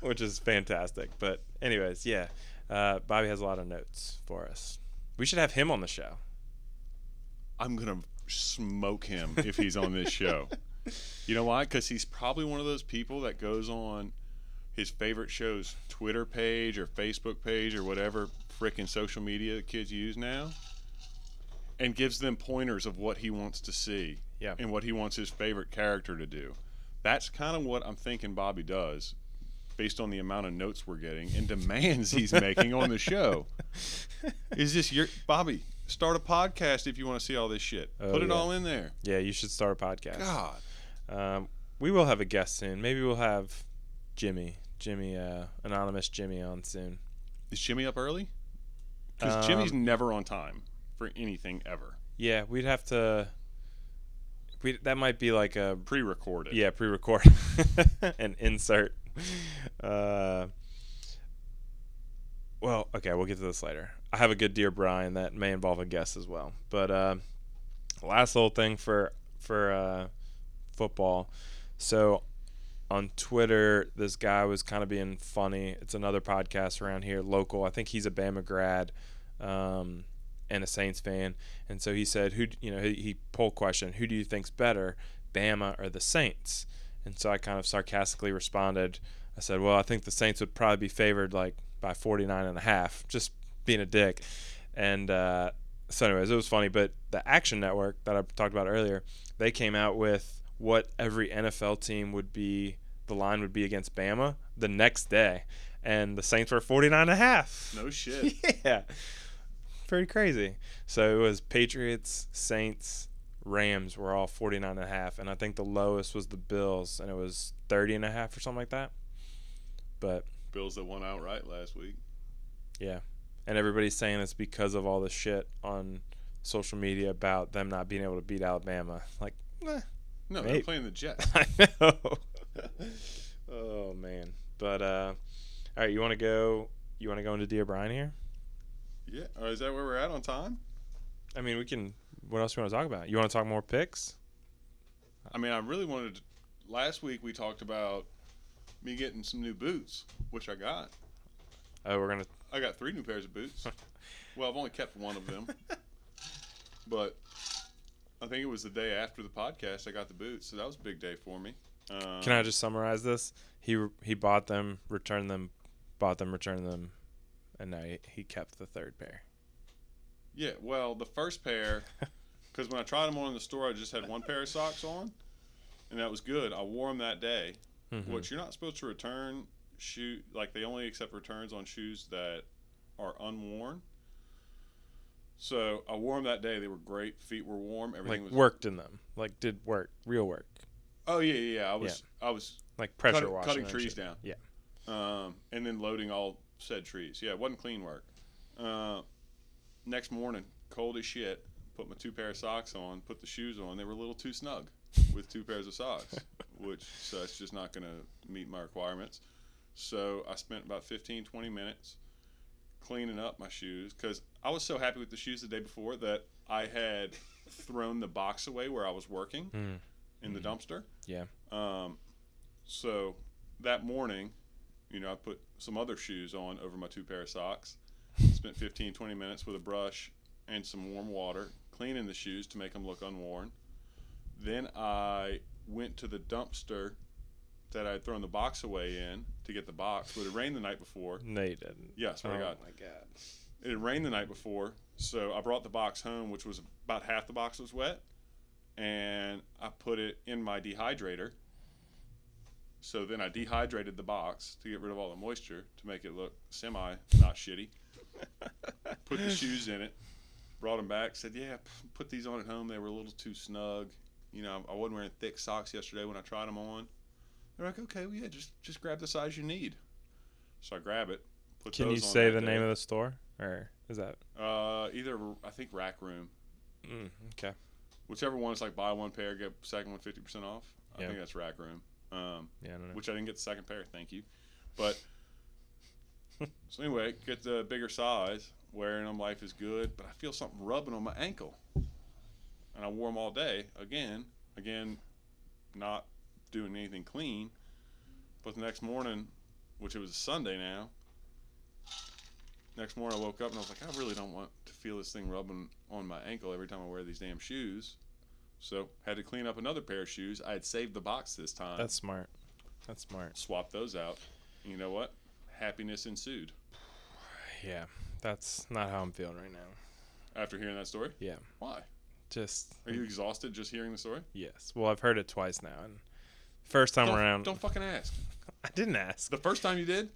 Speaker 1: which is fantastic but anyways yeah uh, bobby has a lot of notes for us we should have him on the show
Speaker 2: I'm gonna smoke him if he's on this show. You know why? Because he's probably one of those people that goes on his favorite show's Twitter page or Facebook page or whatever frickin' social media the kids use now, and gives them pointers of what he wants to see
Speaker 1: Yeah.
Speaker 2: and what he wants his favorite character to do. That's kind of what I'm thinking Bobby does, based on the amount of notes we're getting and demands he's making on the
Speaker 1: (laughs)
Speaker 2: show. Is this your Bobby? Start a podcast if you want to see all this shit.
Speaker 1: Oh,
Speaker 2: Put it
Speaker 1: yeah.
Speaker 2: all in there.
Speaker 1: yeah you should start a podcast
Speaker 2: God,
Speaker 1: um, we will have a guest soon maybe we'll have jimmy jimmy uh, anonymous jimmy on soon
Speaker 2: is Jimmy up early? Because
Speaker 1: Um,
Speaker 2: Jimmy's never on time for anything ever.
Speaker 1: Yeah, we'd have to. We that might be like a
Speaker 2: Pre-recorded.
Speaker 1: yeah pre-record (laughs) and insert. Uh, well, okay, we'll get to this later. I have a good dear Brian that may involve a guest as well. But uh, last little thing for for uh, football. So on Twitter, this guy was kind of being funny. It's another podcast around here, local. I think he's a Bama grad um, and a Saints fan. And so he said, "Who d- you know?" He, he poll question, "Who do you think's better, Bama or the Saints?" And so I kind of sarcastically responded, "I said, well, I think the Saints would probably be favored like by 49 and a half, just being a dick." And uh, so, anyways, it was funny. But the Action Network that I talked about earlier, they came out with what every NFL team would be the line would be against Bama the next day, and the Saints were 49 and a half
Speaker 2: No
Speaker 1: (laughs)
Speaker 2: shit.
Speaker 1: yeah. Pretty crazy. So it was Patriots, Saints, Rams were all 49 and a half and I think the lowest was the Bills and it was 30 and a half or something like that. But
Speaker 2: Bills that won outright last week.
Speaker 1: and everybody's saying it's because of all the shit on social media about them not being able to beat Alabama. (laughs) Like, nah,
Speaker 2: No,
Speaker 1: Hey.
Speaker 2: they're playing the Jets.
Speaker 1: I know. (laughs) oh man. But uh all right, you want to go you want to go into Dear Brian here?
Speaker 2: Yeah. Or is that where we're at on time?
Speaker 1: I mean, we can what else do you want to talk about? You want to talk more picks?
Speaker 2: I mean, I really wanted. To, last week we talked about me getting some new boots, which I got.
Speaker 1: Oh, we're going to
Speaker 2: I got three new pairs of
Speaker 1: (laughs)
Speaker 2: boots. well, I've only kept one of them, but I think it was the day after the podcast I got the boots, so that was a big day for me. Um,
Speaker 1: Can I just summarize this? He he bought them, returned them, bought them, returned them, and now he, he kept the third pair.
Speaker 2: Yeah. Well, the first pair, because when I tried them on in the store, I just had one pair of socks on, and that was good. I wore them that day.
Speaker 1: Mhm.
Speaker 2: which you're not supposed to return shoe like they only accept returns on shoes that are unworn so i wore them that day they were great feet were warm everything
Speaker 1: Like
Speaker 2: was
Speaker 1: worked in them, like did work, real work,
Speaker 2: oh yeah yeah, yeah i was i was
Speaker 1: like pressure
Speaker 2: cutting,
Speaker 1: washing,
Speaker 2: cutting
Speaker 1: and
Speaker 2: trees
Speaker 1: shit.
Speaker 2: down
Speaker 1: Yeah.
Speaker 2: um, and then loading all said trees yeah it wasn't clean work uh, next morning cold as shit put my two pair of socks on put the shoes on they were a little too snug with two pairs of
Speaker 1: (laughs)
Speaker 2: socks which so that's just not going to meet my requirements so i spent about 15 20 minutes cleaning up my shoes because I was so happy with the shoes the day before that I had thrown the box away where I was working
Speaker 1: Hmm.
Speaker 2: in the dumpster.
Speaker 1: Yeah.
Speaker 2: Um, so that morning, you know, I put some other shoes on over my two pair of socks. Spent 15, 20 minutes with a brush and some warm water cleaning the shoes to make them look unworn. Then I went to the dumpster that I had thrown the box away in to get the box. But it rained the night before.
Speaker 1: No, you didn't.
Speaker 2: Yeah, I swear to
Speaker 1: Oh.
Speaker 2: God.
Speaker 3: my God.
Speaker 2: It had rained the night before, so I brought the box home, which was about half the box was wet, and I put it in my dehydrator. So then I dehydrated the box to get rid of all the moisture to make it look semi not
Speaker 1: (laughs)
Speaker 2: shitty. put the shoes in it, brought them back, said, "Yeah, p- put these on at home. They were a little too snug. You know, I wasn't wearing thick socks yesterday when I tried them on." They're like, "Okay, well, yeah, just just grab the size you need." So I grab it. Put
Speaker 1: Can you
Speaker 2: those on
Speaker 1: say
Speaker 2: that
Speaker 1: the
Speaker 2: day.
Speaker 1: name of the store, or is that?
Speaker 2: Uh, either I think Rack Room,
Speaker 1: Mm, okay.
Speaker 2: whichever one is like buy one pair get second one 50 percent off. I
Speaker 1: Yeah.
Speaker 2: think that's Rack Room. Um,
Speaker 1: Yeah, I don't know.
Speaker 2: which I didn't get the second pair. Thank you, but so anyway, get the bigger size. Wearing them, life is good, but I feel something rubbing on my ankle, and I wore them all day. Again, again, not doing anything clean. But the next morning, which it was a Sunday now. Next morning, I woke up and I was like, I really don't want to feel this thing rubbing on my ankle every time I wear these damn shoes. So had to clean up another pair of shoes. I had saved the box this time
Speaker 1: That's smart. That's smart.
Speaker 2: swap those out. You know what? Happiness ensued
Speaker 1: Yeah, that's not how I'm feeling right now.
Speaker 2: after hearing that story.
Speaker 1: Yeah.
Speaker 2: Why?
Speaker 1: Just
Speaker 2: Are you exhausted just hearing the story?
Speaker 1: yes. Well, I've heard it twice now, and first time
Speaker 2: don't,
Speaker 1: around,
Speaker 2: Don't fucking ask.
Speaker 1: (laughs) I didn't ask.
Speaker 2: The first time you did,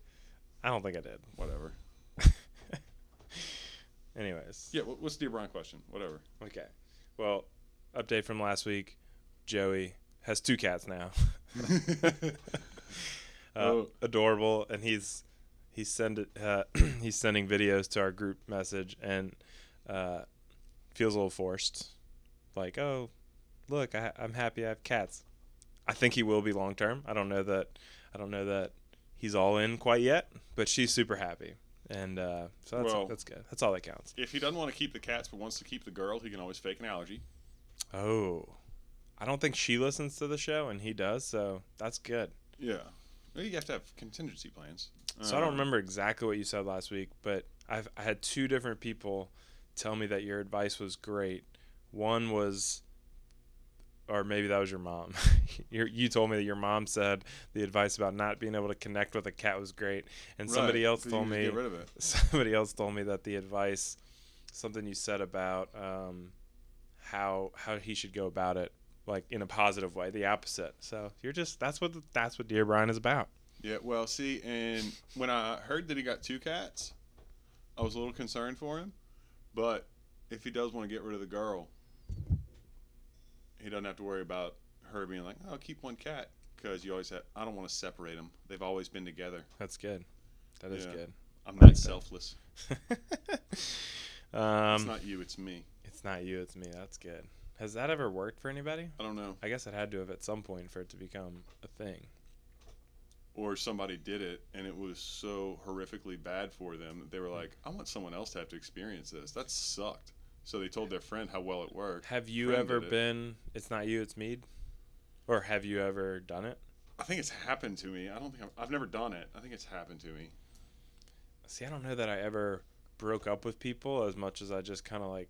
Speaker 1: I don't think I did.
Speaker 2: whatever.
Speaker 1: Anyways.
Speaker 2: Yeah. wh- What's the Brian question?
Speaker 1: (laughs)
Speaker 2: Whatever.
Speaker 1: Okay. Well, update from last week. Joey has two cats now. (laughs) uh,
Speaker 2: Oh.
Speaker 1: Adorable, and he's he's send it, uh, (clears throat) he's sending videos to our group message, and uh, feels a little forced. Like, oh, look, I, I'm happy I have cats. I think he will be long term. I don't know that. I don't know that he's all in quite yet, but she's super happy, and uh, so that's
Speaker 2: Well-
Speaker 1: that's good. That's all that counts.
Speaker 2: If he doesn't want to keep the cats but wants to keep the girl, he can always fake an allergy.
Speaker 1: Oh, I don't think she listens to the show, and he does, so that's good.
Speaker 2: Yeah. Well, you have to have contingency plans. Uh,
Speaker 1: So I
Speaker 2: Oh.
Speaker 1: don't remember exactly what you said last week, but I've I had two different people tell me that your advice was great. One was, or maybe that was your mom. (laughs) your, you told me that your mom said the advice about not being able to connect with a cat was great, and somebody
Speaker 2: Right,
Speaker 1: else
Speaker 2: so you
Speaker 1: told
Speaker 2: just
Speaker 1: me
Speaker 2: Get rid of it. (laughs)
Speaker 1: somebody else told me that the advice something you said about um, how how he should go about it like in a positive way the opposite so you're just that's what that's what dear brian is about
Speaker 2: Yeah, well, see, and when I heard that he got two cats, I was a little concerned for him. But if he does want to get rid of the girl, he doesn't have to worry about her being like, "I'll keep one cat," because you always have. I don't want to separate them. They've always been together.
Speaker 1: that's good that is
Speaker 2: Yeah.
Speaker 1: good
Speaker 2: I'm
Speaker 1: like
Speaker 2: not
Speaker 1: that.
Speaker 2: selfless.
Speaker 1: um
Speaker 2: it's not you. It's me.
Speaker 1: you it's me that's good has that ever worked for anybody
Speaker 2: I don't know.
Speaker 1: i guess it had to have at some point for it to become a thing
Speaker 2: Or somebody did it, and it was so horrifically bad for them that they were like, "I want someone else to have to experience this. That sucked." So they told their friend how well it worked.
Speaker 1: have you
Speaker 2: Friend
Speaker 1: ever
Speaker 2: did it.
Speaker 1: been it's not you it's me or have you ever done it
Speaker 2: I think it's happened to me. I don't think I've, I've never done it. I think it's happened to me.
Speaker 1: See, I don't know that I ever broke up with people as much as I just kind of like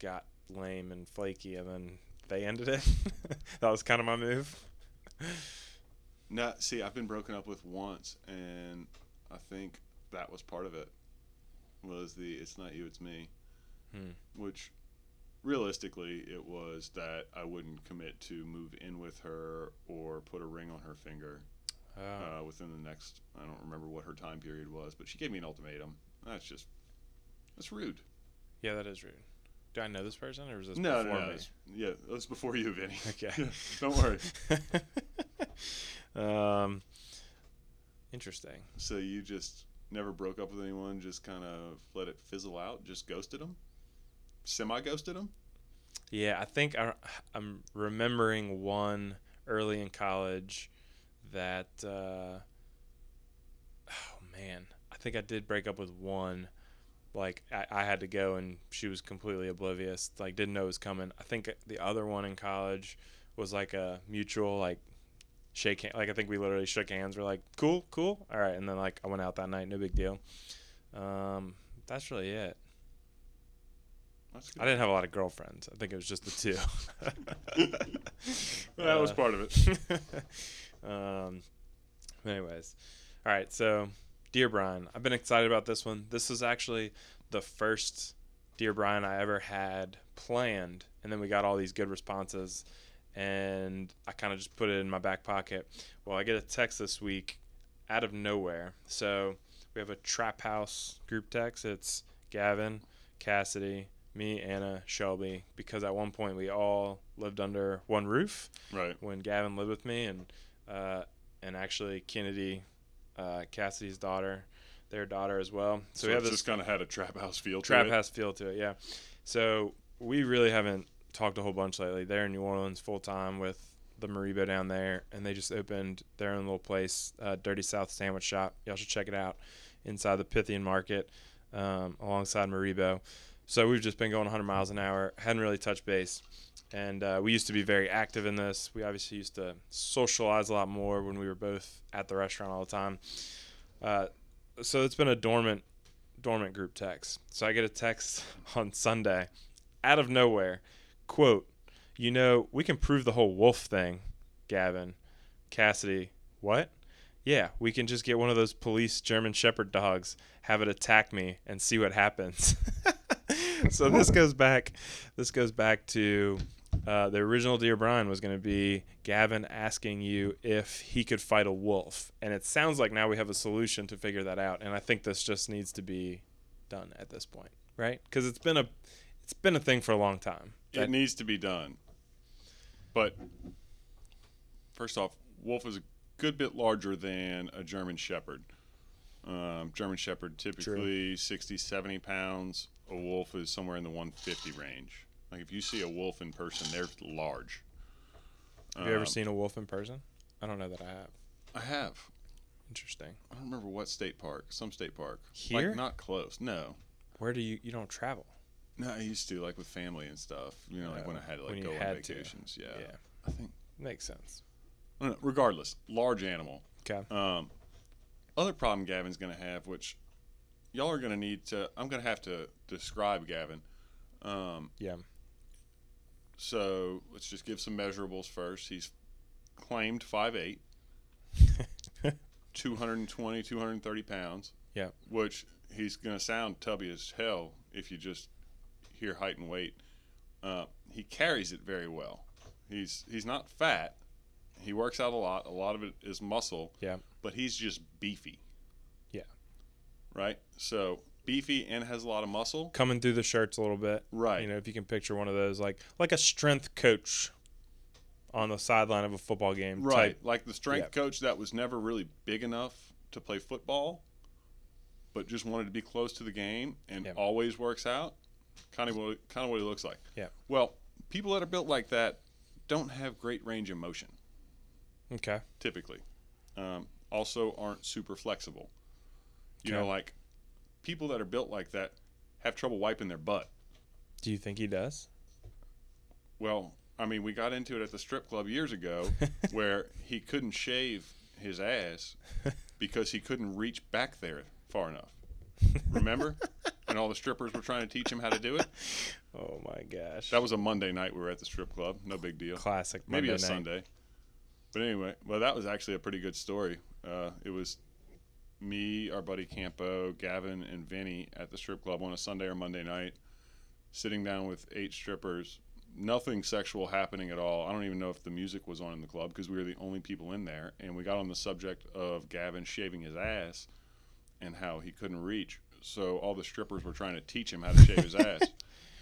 Speaker 1: got lame and flaky and then they ended it. (laughs) that was kind of my move.
Speaker 2: No, see, I've been broken up with once, and I think that was part of it. Was the it's not you, it's me,
Speaker 1: Hmm.
Speaker 2: which realistically it was that I wouldn't commit to move in with her or put a ring on her finger
Speaker 1: Uh,
Speaker 2: uh, within the next. I don't remember what her time period was, but she gave me an ultimatum. That's just that's rude.
Speaker 1: yeah, that is rude. Do I know this person or is this
Speaker 2: No, no,
Speaker 1: before
Speaker 2: no.
Speaker 1: me?
Speaker 2: it's- Yeah, that's before you, Vinny.
Speaker 1: Okay.
Speaker 2: (laughs) don't worry.
Speaker 1: (laughs) um, interesting.
Speaker 2: So you just never broke up with anyone, just kind of let it fizzle out, just ghosted them? Semi ghosted them?
Speaker 1: Yeah, I think I, I'm remembering one early in college that, uh, oh man, I think I did break up with one. Like I, I had to go, and she was completely oblivious. Like didn't know it was coming. I think the other one in college was like a mutual like shake hand. Like I think we literally shook hands. We're like, cool, cool, all right. And then like I went out that night, no big deal. Um, that's really it.
Speaker 2: That's
Speaker 1: I
Speaker 2: good.
Speaker 1: didn't have a lot of girlfriends. I think it was just the two. (laughs)
Speaker 2: Well, (laughs) that was
Speaker 1: Uh,
Speaker 2: part of it.
Speaker 1: (laughs) um, anyways, all right. So, dear Brian, I've been excited about this one. This is actually the first dear Brian I ever had planned, and then we got all these good responses, and I kind of just put it in my back pocket. Well, I get a text this week out of nowhere. So we have a trap house group text. It's Gavin, Cassidy. Me, Anna, Shelby, because at one point we all lived under one roof
Speaker 2: Right.
Speaker 1: when Gavin lived with me, and uh, and actually Kennedy, uh, Cassidy's daughter, their daughter as well. So,
Speaker 2: So,
Speaker 1: we
Speaker 2: it
Speaker 1: have this
Speaker 2: just kind of had a trap house feel to
Speaker 1: trap
Speaker 2: it.
Speaker 1: house feel to it, yeah. So we really haven't talked a whole bunch lately. They're in New Orleans full time with the Maribo down there, and they just opened their own little place, uh, Dirty South Sandwich Shop. Y'all should check it out inside the Pythian Market um, alongside Maribo. So we've just been going 100 miles an hour, hadn't really touched base. And uh, we used to be very active in this. We obviously used to socialize a lot more when we were both at the restaurant all the time. Uh, so it's been a dormant dormant group text. So I get a text (laughs) on Sunday out of nowhere. Quote, you know, we can prove the whole wolf thing, Gavin. Cassidy, what? Yeah, we can just get one of those police German Shepherd dogs, have it attack me, and see what happens. (laughs) so this goes back. This goes back to uh, the original Dear Brian was going to be Gavin asking you if he could fight a wolf, and it sounds like now we have a solution to figure that out. And I think this just needs to be done at this point, right? Because it's been a it's been a thing for a long time.
Speaker 2: it needs to be done. But first off, wolf is a good bit larger than a German Shepherd. Um, German Shepherd typically sixty, seventy 60, 70 pounds. A wolf is somewhere in the 150 range. Like if you see a wolf in person, they're large.
Speaker 1: Have you ever
Speaker 2: Um,
Speaker 1: seen a wolf in person? I don't know that I have.
Speaker 2: I have.
Speaker 1: Interesting.
Speaker 2: I don't remember what state park. Some state park.
Speaker 1: Here?
Speaker 2: Like not close. No.
Speaker 1: Where do you you don't travel?
Speaker 2: No, I used to like with family and stuff. You know, like
Speaker 1: Yeah,
Speaker 2: when I had to
Speaker 1: when
Speaker 2: like
Speaker 1: you
Speaker 2: go on
Speaker 1: had to.
Speaker 2: vacations. Yeah.
Speaker 1: Yeah.
Speaker 2: I think.
Speaker 1: Makes sense.
Speaker 2: I don't know, Regardless, large animal.
Speaker 1: Okay.
Speaker 2: Um, other problem Gavin's going to have, which y'all are going to need to, I'm going to have to describe Gavin. Um,
Speaker 1: Yeah.
Speaker 2: so let's just give some measurables first. He's claimed 5'8, 220, 230 pounds.
Speaker 1: Yeah.
Speaker 2: Which he's going to sound tubby as hell if you just hear height and weight. Uh, he carries it very well. He's he's not fat. He works out a lot. A lot of it is muscle.
Speaker 1: Yeah.
Speaker 2: But he's just beefy.
Speaker 1: Yeah.
Speaker 2: Right? So beefy and has a lot of muscle.
Speaker 1: Coming through the shirts a little bit.
Speaker 2: Right.
Speaker 1: You know, if you can picture one of those like like a strength coach on the sideline of a football game.
Speaker 2: right.
Speaker 1: Type.
Speaker 2: Like the strength
Speaker 1: Yep.
Speaker 2: coach that was never really big enough to play football, but just wanted to be close to the game and
Speaker 1: Yep.
Speaker 2: always works out. Kind of what kind of what he looks like.
Speaker 1: Yep.
Speaker 2: Well, people that are built like that don't have great range of motion
Speaker 1: Okay.
Speaker 2: typically. Um, also, aren't super flexible. You know,
Speaker 1: Okay.
Speaker 2: like people that are built like that have trouble wiping their butt.
Speaker 1: Do you think he does?
Speaker 2: Well, I mean, we got into it at the strip club years ago where he couldn't shave his ass because he couldn't reach back there far enough. Remember? and all the strippers were trying to teach him how to do it.
Speaker 1: Oh my gosh.
Speaker 2: That was a Monday night we were at the strip club. No big deal.
Speaker 1: classic.
Speaker 2: Maybe
Speaker 1: Monday
Speaker 2: a
Speaker 1: night.
Speaker 2: Sunday. But anyway, well, that was actually a pretty good story. Uh, it was me, our buddy Campo, Gavin, and Vinny at the strip club on a Sunday or Monday night, sitting down with eight strippers. Nothing sexual happening at all. I don't even know if the music was on in the club because we were the only people in there. And we got on the subject of Gavin shaving his ass and how he couldn't reach. So all the strippers were trying to teach him how to shave
Speaker 1: (laughs)
Speaker 2: his ass.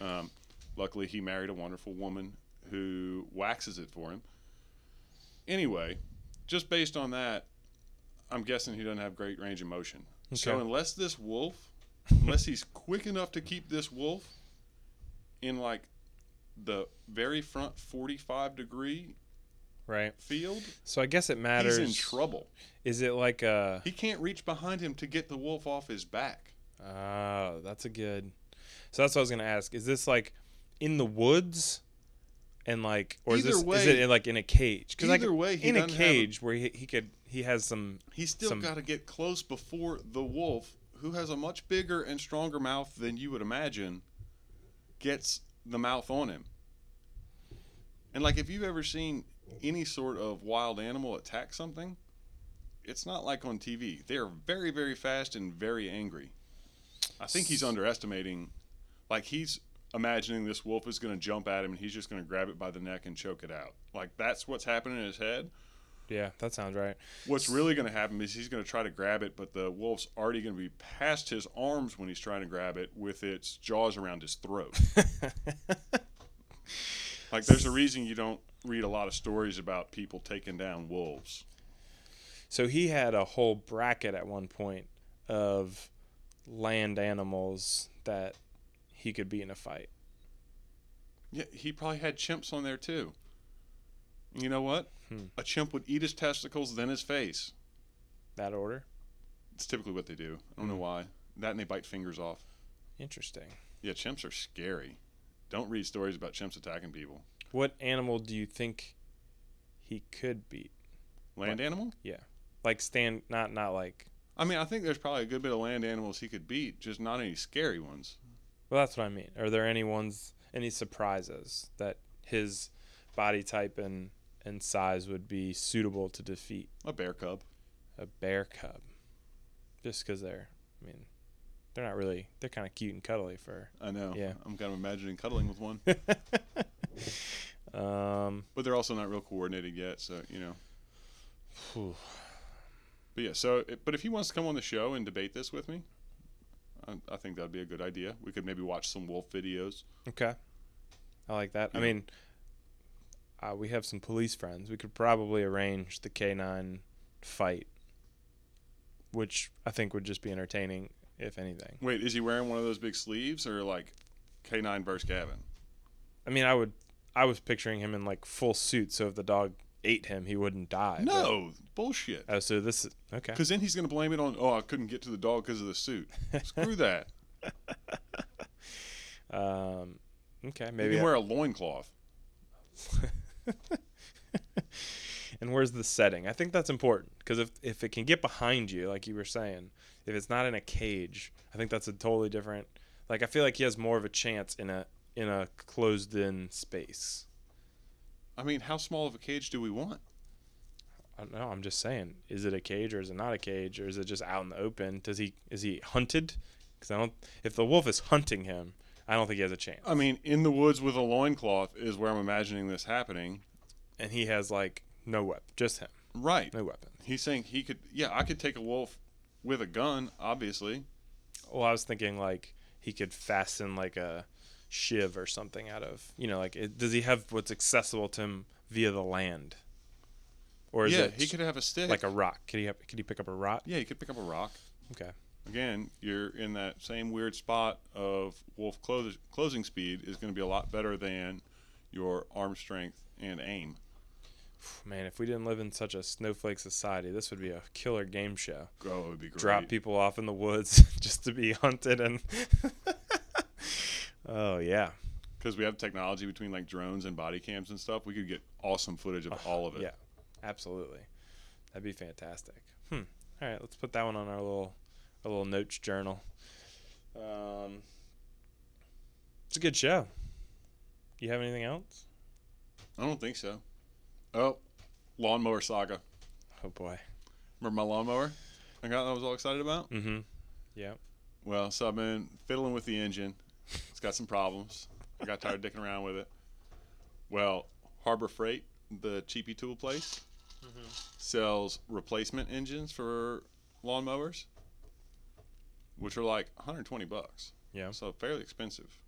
Speaker 2: Um, luckily, he married a wonderful woman who waxes it for him. Anyway, just based on that, I'm guessing he doesn't have great range of motion. So
Speaker 1: Okay.
Speaker 2: unless this wolf,
Speaker 1: (laughs)
Speaker 2: unless he's quick enough to keep this wolf in like the very front 45 degree
Speaker 1: right?
Speaker 2: field,
Speaker 1: So I guess it matters.
Speaker 2: he's in trouble.
Speaker 1: Is it like a?
Speaker 2: He can't reach behind him to get the wolf off his back.
Speaker 1: Oh, that's a good. So that's what I was gonna ask. Is this like in the woods, and like, or is
Speaker 2: Either
Speaker 1: this is
Speaker 2: way-
Speaker 1: it like in a cage? Because like
Speaker 2: Either way, he
Speaker 1: in a
Speaker 2: doesn't have a-
Speaker 1: cage where he, he could he has some
Speaker 2: He's still
Speaker 1: Some-
Speaker 2: got to get close before the wolf, who has a much bigger and stronger mouth than you would imagine, gets the mouth on him. And like if you've ever seen any sort of wild animal attack something, it's not like on TV. They are very very fast and very angry. I think he's underestimating like he's imagining this wolf is going to jump at him and he's just going to grab it by the neck and choke it out. Like that's what's happening in his head.
Speaker 1: yeah. That sounds right.
Speaker 2: What's really going to happen is he's going to try to grab it, but the wolf's already going to be past his arms when he's trying to grab it with its jaws around his throat. like, there's a reason you don't read a lot of stories about people taking down wolves.
Speaker 1: So he had a whole bracket at one point of land animals that he could be in a fight.
Speaker 2: Yeah, he probably had chimps on there too. You know what? A chimp would eat his testicles, then his face.
Speaker 1: That order.
Speaker 2: It's typically what they do. I don't know why. That and they bite fingers off.
Speaker 1: Interesting.
Speaker 2: Yeah, chimps are scary. Don't read stories about chimps attacking people.
Speaker 1: What animal do you think he could beat?
Speaker 2: Land animal?
Speaker 1: Like stand not not like.
Speaker 2: I mean, I think there's probably a good bit of land animals he could beat, just not any scary ones.
Speaker 1: Well, that's what I mean. Are there any ones any surprises that his body type and and size would be suitable to defeat
Speaker 2: A bear cub.
Speaker 1: a bear cub? Just because they're, I mean, they're not really. They're kind of cute and cuddly for.
Speaker 2: I know.
Speaker 1: Yeah.
Speaker 2: I'm kind of imagining cuddling with
Speaker 1: (laughs)
Speaker 2: one,
Speaker 1: um.
Speaker 2: but they're also not real coordinated yet, so you know.
Speaker 1: phew.
Speaker 2: But yeah, so but if he wants to come on the show and debate this with me, I, I think that'd be a good idea. We could maybe watch some wolf videos.
Speaker 1: Okay. I like that. I
Speaker 2: Yeah.
Speaker 1: mean, uh, we have some police friends. We could probably arrange the K9 fight, which I think would just be entertaining, if anything.
Speaker 2: Wait, is he wearing one of those big sleeves or like K9 versus Gavin?
Speaker 1: I mean, I would. I was picturing him in like full suit, so if the dog ate him, he wouldn't die. but-
Speaker 2: No, bullshit.
Speaker 1: Oh, so this is okay.
Speaker 2: Because then he's going to blame it on, oh, I couldn't get to the dog because of the
Speaker 1: (laughs)
Speaker 2: suit. Screw that.
Speaker 1: Um, okay,
Speaker 2: Maybe
Speaker 1: maybe.
Speaker 2: you can wear a loincloth.
Speaker 1: and where's the setting? I think that's important because if if it can get behind you, like you were saying, if it's not in a cage, I think that's a totally different. Like I feel like he has more of a chance in a in a closed in space.
Speaker 2: I mean, how small of a cage do we want?
Speaker 1: I don't know. I'm just saying, is it a cage or is it not a cage or is it just out in the open? Does he is he hunted? Because I don't. If the wolf is hunting him, I don't think he has a chance.
Speaker 2: I mean, in the woods with a loincloth is where I'm imagining this happening.
Speaker 1: and he has like no weapon, just him,
Speaker 2: Right.
Speaker 1: no weapon.
Speaker 2: He's saying he could, yeah, I could take a wolf with a gun, obviously.
Speaker 1: Well, I was thinking like he could fasten like a shiv or something out of you know like it, does he have what's accessible to him via the land, or is
Speaker 2: yeah,
Speaker 1: it
Speaker 2: he could have a stick.
Speaker 1: like a rock? Could he have, could he pick up a rock?
Speaker 2: yeah, he could pick up a rock.
Speaker 1: Okay,
Speaker 2: Again, you're in that same weird spot of wolf close, closing speed is going to be a lot better than your arm strength and aim.
Speaker 1: Phew, man, if we didn't live in such a snowflake society, this would be a killer game show.
Speaker 2: Oh, it would be great.
Speaker 1: Drop people off in the woods (laughs) just to be hunted and. (laughs) oh yeah,
Speaker 2: Because we have technology between like drones and body cams and stuff. We could get awesome footage of all of it.
Speaker 1: yeah, absolutely, that'd be fantastic. Hmm. All right, let's put that one on our little our little notes journal. Um, it's a good show. Do you have anything else?
Speaker 2: I don't think so. Oh, lawnmower saga.
Speaker 1: Oh boy.
Speaker 2: Remember my lawnmower? I got. I was all excited about.
Speaker 1: Mm-hmm.
Speaker 2: Well, so I've been fiddling with the engine. It's got some problems. I got tired of dicking around with it. Well, Harbor Freight, the cheapy tool place, sells replacement engines for lawnmowers, which are like 120 bucks.
Speaker 1: Yeah.
Speaker 2: So fairly expensive,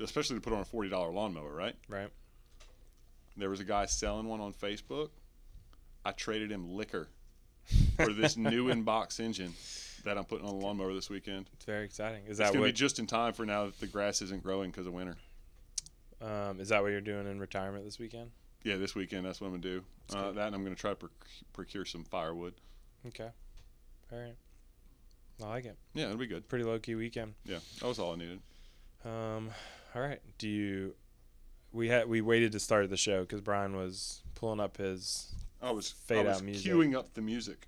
Speaker 2: especially to put on a $40 lawnmower, right?
Speaker 1: Right.
Speaker 2: There was a guy selling one on Facebook. I traded him liquor for
Speaker 1: (laughs)
Speaker 2: this new in-box engine that I'm putting on the lawnmower this weekend.
Speaker 1: It's very exciting. Is
Speaker 2: It's
Speaker 1: that
Speaker 2: gonna
Speaker 1: what
Speaker 2: be just in time for now that the grass isn't growing because of winter.
Speaker 1: um, is that what you're doing in retirement this weekend?
Speaker 2: Yeah, this weekend that's what I'm gonna do.
Speaker 1: That's
Speaker 2: Uh,
Speaker 1: good.
Speaker 2: that and I'm gonna try to proc- procure some firewood.
Speaker 1: Okay. All right. I like it.
Speaker 2: Yeah, it'll be good.
Speaker 1: Pretty low key weekend.
Speaker 2: Yeah, that was all I needed.
Speaker 1: Um, all right. Do you? We had we waited to start the show because Brian was pulling up his.
Speaker 2: I was
Speaker 1: Fade
Speaker 2: I was
Speaker 1: out music.
Speaker 2: queuing up the music.